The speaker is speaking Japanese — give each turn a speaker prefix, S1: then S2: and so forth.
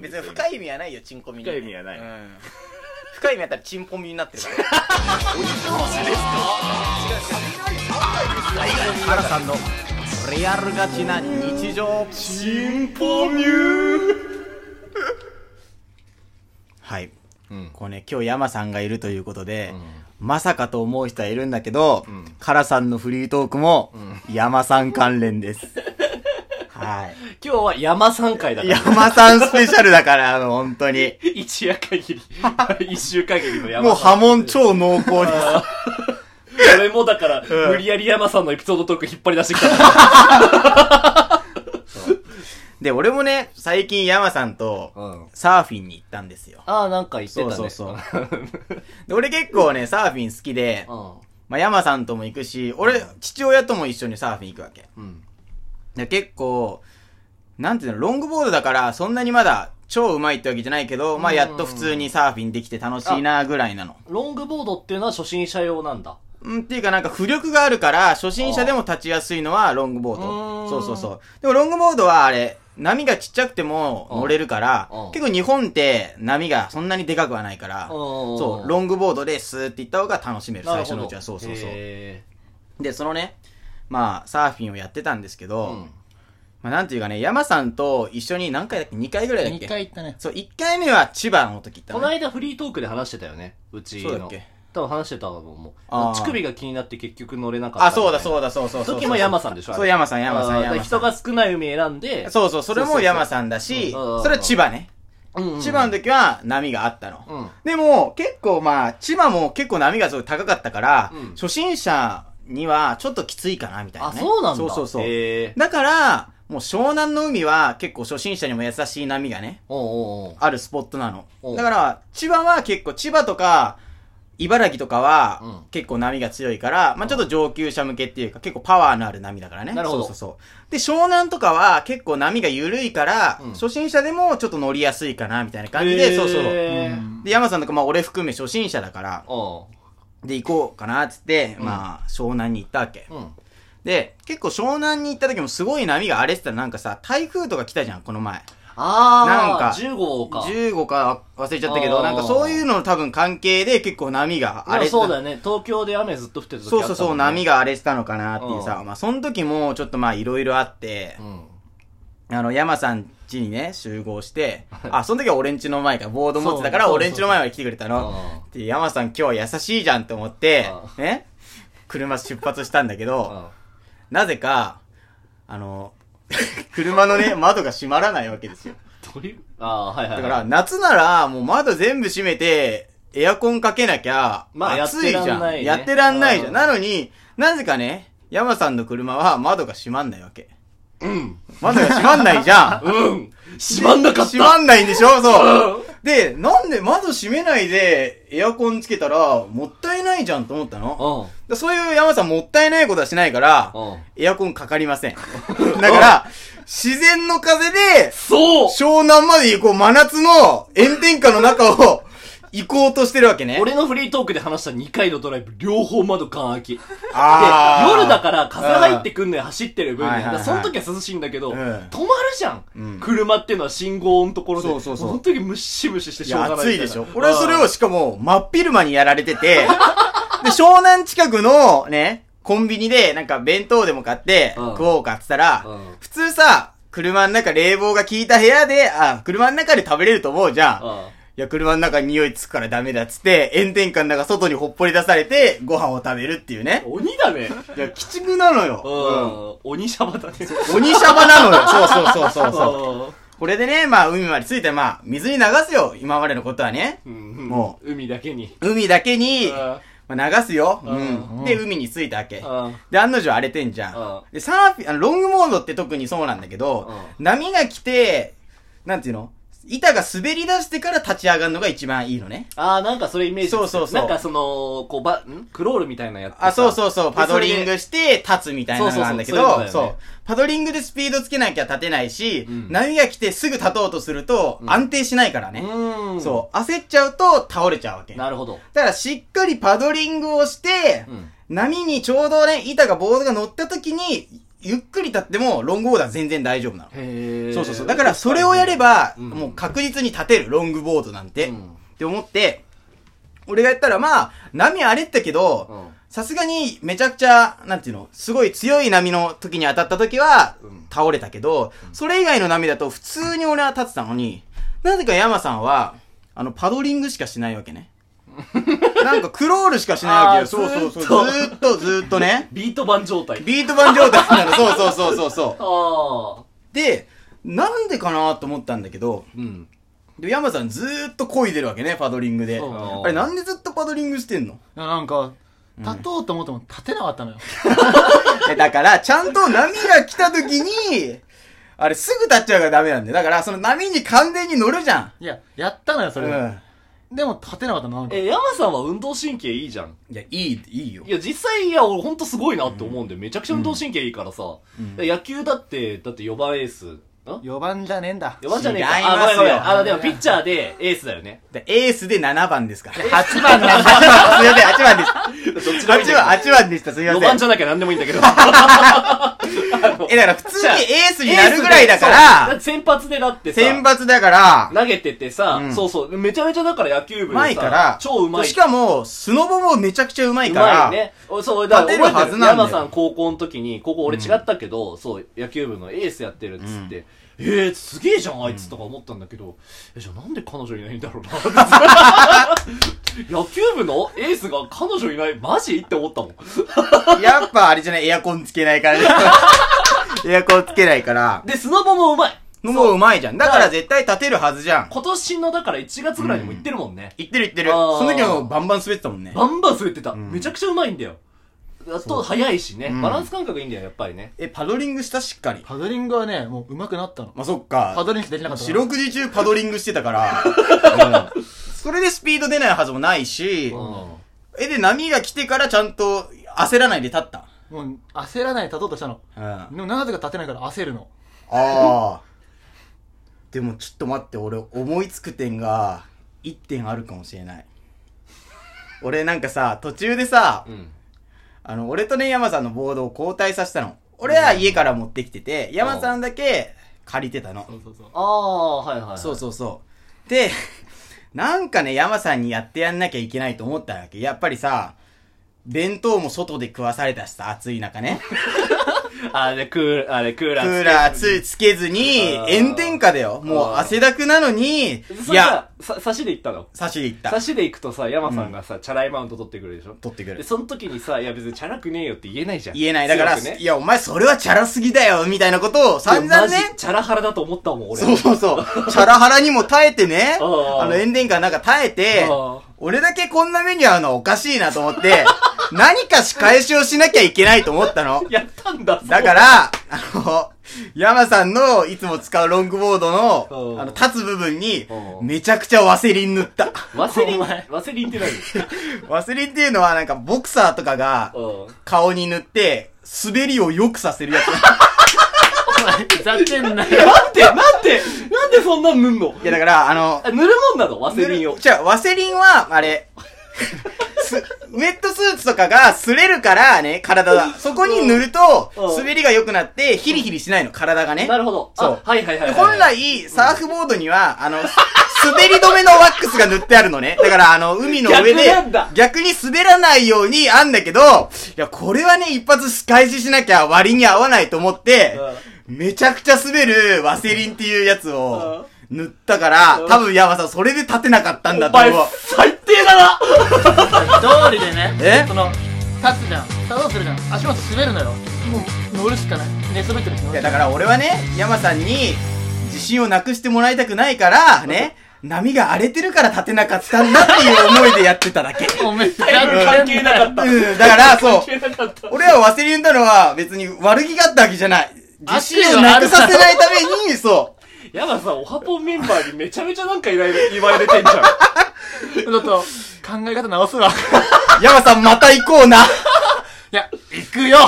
S1: 別に深い意味はないよチンコミに
S2: 深い意味はない
S1: うん深い意味あったらチンポミになってるから原さんのリアルガチな日常
S2: チンポミュー
S1: はい
S2: うん
S1: こうね今日山さんがいるということで、
S2: う
S1: まさかと思う人はいるんだけど、
S2: うん
S1: カラさんのフリートークも、山さん関連ですはい
S3: 今日は山三回だから。
S1: 山さんスペシャルだから、あの、本当に。
S3: 一夜限り。 一週限りの山
S1: もう波
S3: さん。
S1: 紋超濃厚です。
S3: 俺もだから、無理やり山さんのエピソードトーク引っ張り出してきた。
S1: で、俺もね、最近山さんと、
S2: うん
S1: サーフィンに行ったんですよ。
S3: ああ、なんか言ってた
S1: そう
S3: ね。
S1: そうそう。で俺結構ね、サーフィン好きで、
S3: うん。
S1: まあ、山さんとも行くし、俺、父親とも一緒にサーフィン行くわけ。
S2: うん
S1: で結構、なんていうの、ロングボードだから、そんなにまだ、超うまいってわけじゃないけど、まあ、やっと普通にサーフィンできて楽しいなぐらいなの。
S3: ロングボードっていうのは初心者用なんだ。
S1: うん、っていうかなんか浮力があるから、初心者でも立ちやすいのはロングボー
S3: うー
S1: ド。
S3: ん
S1: そうそうそう。でもロングボードはあれ、波がちっちゃくても乗れるから
S3: うんうん、
S1: 結構日本って波がそんなにでかくはないから、
S3: そ
S1: そう、ロ
S3: ン
S1: ングボードでスーって行った方が楽しめる、最初のうちは。そうそうそう。
S3: へ
S1: で、そのね、まあ、サーフィンをやってたんですけど、
S2: うん
S1: まあ、なんていうかね、山さんと一緒に何回だっけ ?2 回ぐらいだっけ
S2: 二回行ったね
S1: そう、1回目は千葉の時行っ
S3: ー
S1: た
S3: こ
S1: の
S3: の
S1: ね、
S3: 間フリートークで話してたよね。うちの。
S1: そうだっけ
S3: 多分話してたと思
S1: あ
S3: う。
S1: ー
S3: 乳首が気になって結局乗れなかった。
S1: あ、そうだ
S3: う。
S1: そうだそうそうそうそう。
S3: 時も山さんでしょあれ
S1: そう、山さん、山さ
S3: あ
S1: ん、
S3: ー
S1: 山
S3: だ
S1: さ
S3: か
S1: ん
S3: ら。人が少ない海選んで。
S1: そうそう、それも山さんだし、
S3: そうそうそう
S1: それは千葉ね。
S3: うんうんうん
S1: 千葉の時は波があったの。
S3: うん。
S1: でも、結構まあ、千葉も結構波がすごい高かったから、
S3: うん
S1: 初心者にはちょっときついかな、みたいな、
S3: あ、
S1: ね。
S3: そうなんだ。
S1: そうそうそう。
S3: へえ。
S1: だから、もう湘南の海は結構初心者にも優しい波がね、
S3: おうおうおう
S1: あるスポットなの
S3: お。う
S1: だから、千葉は結構、千葉とか、茨城とかは
S3: うん
S1: 結構波が強いから、まあちょっと上級者向けっていうか結構パワーのある波だからね。
S3: なるほど
S1: そうそうそう。で、湘南とかは結構波が緩いから、
S3: うん
S1: 初心者でもちょっと乗りやすいかなみたいな感じで、
S3: へー
S1: そうそう。で、山さんとかまあ俺含め初心者だから、
S3: お
S1: で行こうかなってって、まあ湘南に行ったわけ。
S3: ううん。
S1: で、結構湘南に行った時もすごい波が荒れてたらなんかさ、台風とか来たじゃん、この前。
S3: あー、
S1: なんか
S3: 10号か。
S1: 15か忘れちゃったけ
S3: あ
S1: ど、
S3: ー
S1: なんかそういうのの多分関係で結構波が
S3: あ
S1: 荒れ
S3: れ
S1: てた。
S3: そうだよね。東京で雨ずっと降ってた時あった
S1: そ
S3: も
S1: うん
S3: ね
S1: そうそう、波。が荒れてたのかなっていうさ、
S3: う
S1: まあその時もちょっとまあいろいろあって
S2: う、ん
S1: あの、山さん家にね、集合 して、あ、その時は俺ん家の前から、ボード持ってたか
S3: そ
S1: ら
S3: うそうそう
S1: 俺ん家の前まで来てくれたの。で、山さん今日は優しいじゃんって思って、ね、車出発したんだけ
S3: うん
S1: ど、なぜか、あの、 車のね、窓が閉まらないわけですよ。
S3: どういうあー、はいはいは
S1: だ
S3: い。
S1: から、夏なら、もう窓全部閉めて、エアコンかけなきゃ、
S3: まあ
S1: 暑いじゃん。
S3: やってらんないね
S1: やってらんないじゃ。
S3: うんん
S1: なのに、なぜかね、山さんの車は窓が閉まんないわけ。うん。窓が閉まんないじゃん。
S3: うん 閉まんなかった
S1: 閉まんないんでしょそう。で、なんで窓閉めないで、エアコンつけたら、もったいないじゃんと思ったの。
S3: うん。
S1: だそういう山さんもったいないことはしないから、
S3: うん。
S1: エアコンかかりません。だから、自然の風で、
S3: そう
S1: 湘南まで行こう、真夏の炎天下の中 を行こうとしてるわけね。
S3: 俺のフリートークで話した2回のドライブ、両方窓缶開き。で、
S1: あー
S3: 夜だから風入ってくんのよ、走ってる分。
S1: はい
S3: だ
S1: はいは
S3: か
S1: い
S3: らその時は涼しいんだけど、
S1: うん
S3: 止まるじゃ
S1: うん
S3: ん。車っていうのは信号のところで。
S1: そうそうそう
S3: その時ムシムシして
S1: い
S3: しょう
S1: や、
S3: がないみ
S1: 暑
S3: た
S1: い
S3: いな。
S1: でしょ。俺はそれ
S3: う
S1: を
S3: ん、
S1: しかも、真っ昼間にやられてて、 で、湘南近くの、ね、コンビニで、なんか弁当でも買って、
S3: うん
S1: 食おうかって言ったら
S3: うん、
S1: 普通さ、車の中冷房が効いた部屋で、あ、車の中で食べれると思うじゃん。い
S3: あ
S1: や、車の中に匂いつくからダメだっつって、炎天下の中外にほっぽり出されて、ご飯を食べるっていうね。
S3: 鬼だね。
S1: いや、鬼畜なのよ。
S3: う
S1: うん
S3: ん。鬼シャバだね。
S1: 鬼シャバなのよ。そうそうそうそうそう。
S3: そ
S1: これでね、まあ海まで着いて、まあ水に流すよ。今までのことはね。
S3: う。
S1: も
S3: もうん、海だけに。
S1: 海だけに、
S3: うん
S1: まあ、流すよ。う
S3: うん
S1: ん。で、海に着いたわけ。
S3: うん
S1: で、案の定荒れてんじゃ
S3: うん
S1: ん。で、サーフィン、あの、ロングモードって特にそうなんだけど、波が来て、なんていうの板が滑り出してから立ち上がるのが一番いいのね。
S3: ああ、なんかそれイメージ。
S1: そうそうそう
S3: なんかその、こう、ば、んクロールみたいなやつ。
S1: あ、そうそうそう、パドリング
S3: で。
S1: して立つみたいなのがあるんだけ
S3: そうそう
S1: ど、
S3: そうそういう
S1: そ
S3: こ
S1: う。パドリングでスピードつけなきゃ立てないし、
S3: ん
S1: 波が来てすぐ立とうとすると、安定しないからね。
S3: それうん。
S1: そう。焦っちゃうと倒れちゃうわけ。だ
S3: なるほど。
S1: からしっかりパドリングをして、
S3: うん。
S1: 波にちょうどね、板がボードが乗った時に、ゆっくり立っても、ロングボードは全然大丈夫なの。
S3: へ
S1: そうそうそう。だから、それをやれば、
S3: うん
S1: もう確実に立てる、ロングボードなんて。
S3: うん
S1: って思って、俺がやったら、まあ、波あれったけ
S3: う
S1: ど
S3: ん、
S1: さすがに、めちゃくちゃ、なんていうの、すごい強い波の時に当たった時は
S3: うん、
S1: 倒れたけど、それ以外の波だと、普通に俺は立ってたのに、なぜか山さんは、あの、パドリングしかしないわけね。なんか、クロールしかしないわけよ。
S3: あー
S1: そうそう
S3: ずー
S1: そう。
S3: っと
S1: ずーっと、ずーっとね。
S3: ビート板状態。
S1: ビート板状態なの。そうそうそうそうそう。
S3: ああ。
S1: で、なんでかなと思ったんだけど、
S3: うん。
S1: で、山さんずーっと漕いでるわけね、パドリングで。
S3: そう
S1: あれ、なんでずっとパドリングしてんの
S4: なんか、立とうと思っても立てなかったのよ。
S1: えだから、ちゃんと波が来た時に、あれ、すぐ立っちゃうからダメなんだよ。だから、その波に完全に乗るじゃん。
S4: いや、やったのよ、それ。
S1: うん。
S4: でも立てなかったの、なんか。
S3: え、山さんは運動神経いいじゃん。
S1: いや、いい、いいよ
S3: い。や、実際、いや、俺ほんとすごいなって思うんで、めちゃくちゃ運動神経いいからさ。野球だって、だって4番エース。ん ?4
S4: 4番じゃねえんだ。
S3: 番じゃねえか。
S1: 違いますよ
S3: あ、ごめんごめん。あ、でもピッチャーでエースだよね。
S1: でエースで7番ですから。すい
S4: 8番なんだ。
S1: ません、8番です。
S3: どっちでもいいん
S1: 8
S3: だけど
S1: 番、8番でした、すいませ
S3: 4
S1: ん。
S3: 番じゃなきゃ何でもいいんだけど。あの
S1: え、だから普通にエースになるぐらいだから、
S3: 先発でだってさ、
S1: 選抜だから、
S3: 投げててさ、
S1: うん
S3: そうそう、めちゃめちゃだから野球部でさ
S1: 前から、
S3: 超うまい。
S1: しかも、スノボもめちゃくちゃうまいうか
S3: ま
S1: ら、
S3: いね。おそう、だから
S1: 勝てるは
S3: 覚えて
S1: ず
S3: る。
S1: なんだよ
S3: 山さん高校の時に、ここ俺違ったけど、そう、野球部のエースやってるっつって、えー、すげえじゃん、あいつとか思ったんだけど、え、じゃあなんで彼女いないんだろうな。 野球部のエースが彼女いない、マジって思ったもん。
S1: やっぱあれじゃない、エアコンつけないからね。 エアコンつけないから。
S3: で、スノボもうまい。
S1: もううまいじゃん。だか
S3: だからら
S1: 絶対立てるはずじゃん。
S3: 今年のだから1月ぐらいにも行ってるもんね。
S1: いってるいってる。
S3: あー
S1: その時はもうバンバン滑ってたもんね。
S3: バンバン滑ってた。めちゃくちゃうまいんだよ。あと、速いしね、
S1: ん
S3: バランス感覚いいんだよ、やっぱりね。
S1: え、パドリングしたしっかり。
S4: パドリングはね、もう上手くなったの。
S1: まあ、そっ
S4: パ
S1: か。
S4: ドリングできなかった
S1: 四
S4: から。
S1: 六時中パドリングしてたから。うんそれでスピード出ないはずもないし、え、で波が来てからちゃんと焦らないで立った。
S4: もう焦らないで立とうとしたの。
S1: うん。あ
S4: でもなぜか立てないから焦るの。
S1: あ。でもちょっと待って、俺思いつく点が1点あるかもしれない。俺なんかさ、途中でさ、
S3: うん。
S1: あの、俺とね、山さんのボードを交代させたの。俺は家から持ってきてて、山さんだけ借りてたの
S4: そ。うそうそう。
S3: ああ、はいはいはい。
S1: そうそうそう。で、 なんかね、山さんにやってやんなきゃいけないと思ったわけ。やっぱりさ、弁当も外で食わされたしさ、暑い中 ね。
S3: あれ、クーラー、あれ、クー
S1: ク
S3: ラー。
S1: ーラーつつけずに
S3: あ、ー
S1: 炎天下だよ。もう汗だくなのに、い
S3: それ
S1: や、
S3: さ、さ、差しで行ったの
S1: 差しで行った
S3: 差。しで行くとさ、山さんがさ、チャラいマウント取ってくるでしょ
S1: 取ってく
S3: で、
S1: る。
S3: その時にさ、いや別にチャラくねえよって言えないじゃん。
S1: 言えない。だから、
S3: 強く
S1: い
S3: ね、
S1: や、お前それはチャラすぎだよ、みたいなことを散々ね
S3: いやマジ、チャラ腹だと思ったもん、俺。
S1: そうそうそう。チャラハラにも耐えてね、あ
S3: ああ
S1: の炎天下なんか耐えて
S3: ああ、
S1: 俺だけこんな目に遭うのはおかしいなと思 って、何か仕返しをしなきゃいけないと思ったの。
S3: やったんだ、
S1: だから、あの、山さんのいつも使うロングボードの、
S3: ああ
S1: あの、立つ部分に
S3: あ、あ
S1: めちゃくちゃワセリン塗った。
S3: そう。ワセリ
S4: お
S3: ン、
S4: 前
S3: ワセリンって何
S1: ワセリンっていうのはなんかボクサーとかが
S3: うん。
S1: 顔に塗って、滑りを良くさせ るやつ。
S4: お前、ふざけんなよ。
S3: なんで、なんで、なんでそんなん塗んの
S1: いやだから、あの、
S3: あ塗るもんなの、ワセリンを。
S1: じゃあ、ワセリンは、あ れ、すウェットスーツとかが擦れるからね、体が。そこに塗ると
S3: うん、
S1: 滑りが良くなって、ヒリヒリしないの、体がね。
S3: なるほど。
S1: そう
S3: あはいはいはいはい。
S1: 本来、サーフボードには、あの、す滑り止めのワックスが塗ってあるのね。だから、あの、海の上で
S3: 逆なんだ、
S1: 逆に滑らないようにあんだけど、いや、これはね、一発仕返ししなきゃ割に合わないと思って、めちゃくちゃ滑るワセリンっていうやつを塗ったから、多分山さんそれで立てなかったんだ
S3: お
S1: と
S3: 前
S1: 思う。、
S3: 最低だな
S4: 通りでね、
S1: え
S4: その、立つじゃん。立とうとするじゃん。足元滑るのよ。もう、乗るしかない。寝そべってるし。
S1: いや、だから俺はね、山さんに自信をなくしてもらいたくないから、ね、波が荒れてるから立てなかったんだっていう思いでやってただけ。
S4: おめでとう。
S3: タイム 関係なかった。
S1: うん、だから、そう
S3: 関。係なかった。
S1: 俺は忘れるんだのは別に悪気があったわけじゃない。自信をなくさせないために、そ。
S3: やださ、オハポンメンバーにめちゃめちゃなんか言われ言われてんじゃん。
S4: ちょっと、考え方直すわ。いう
S1: 山さんまた行こうな。
S4: や、行くよ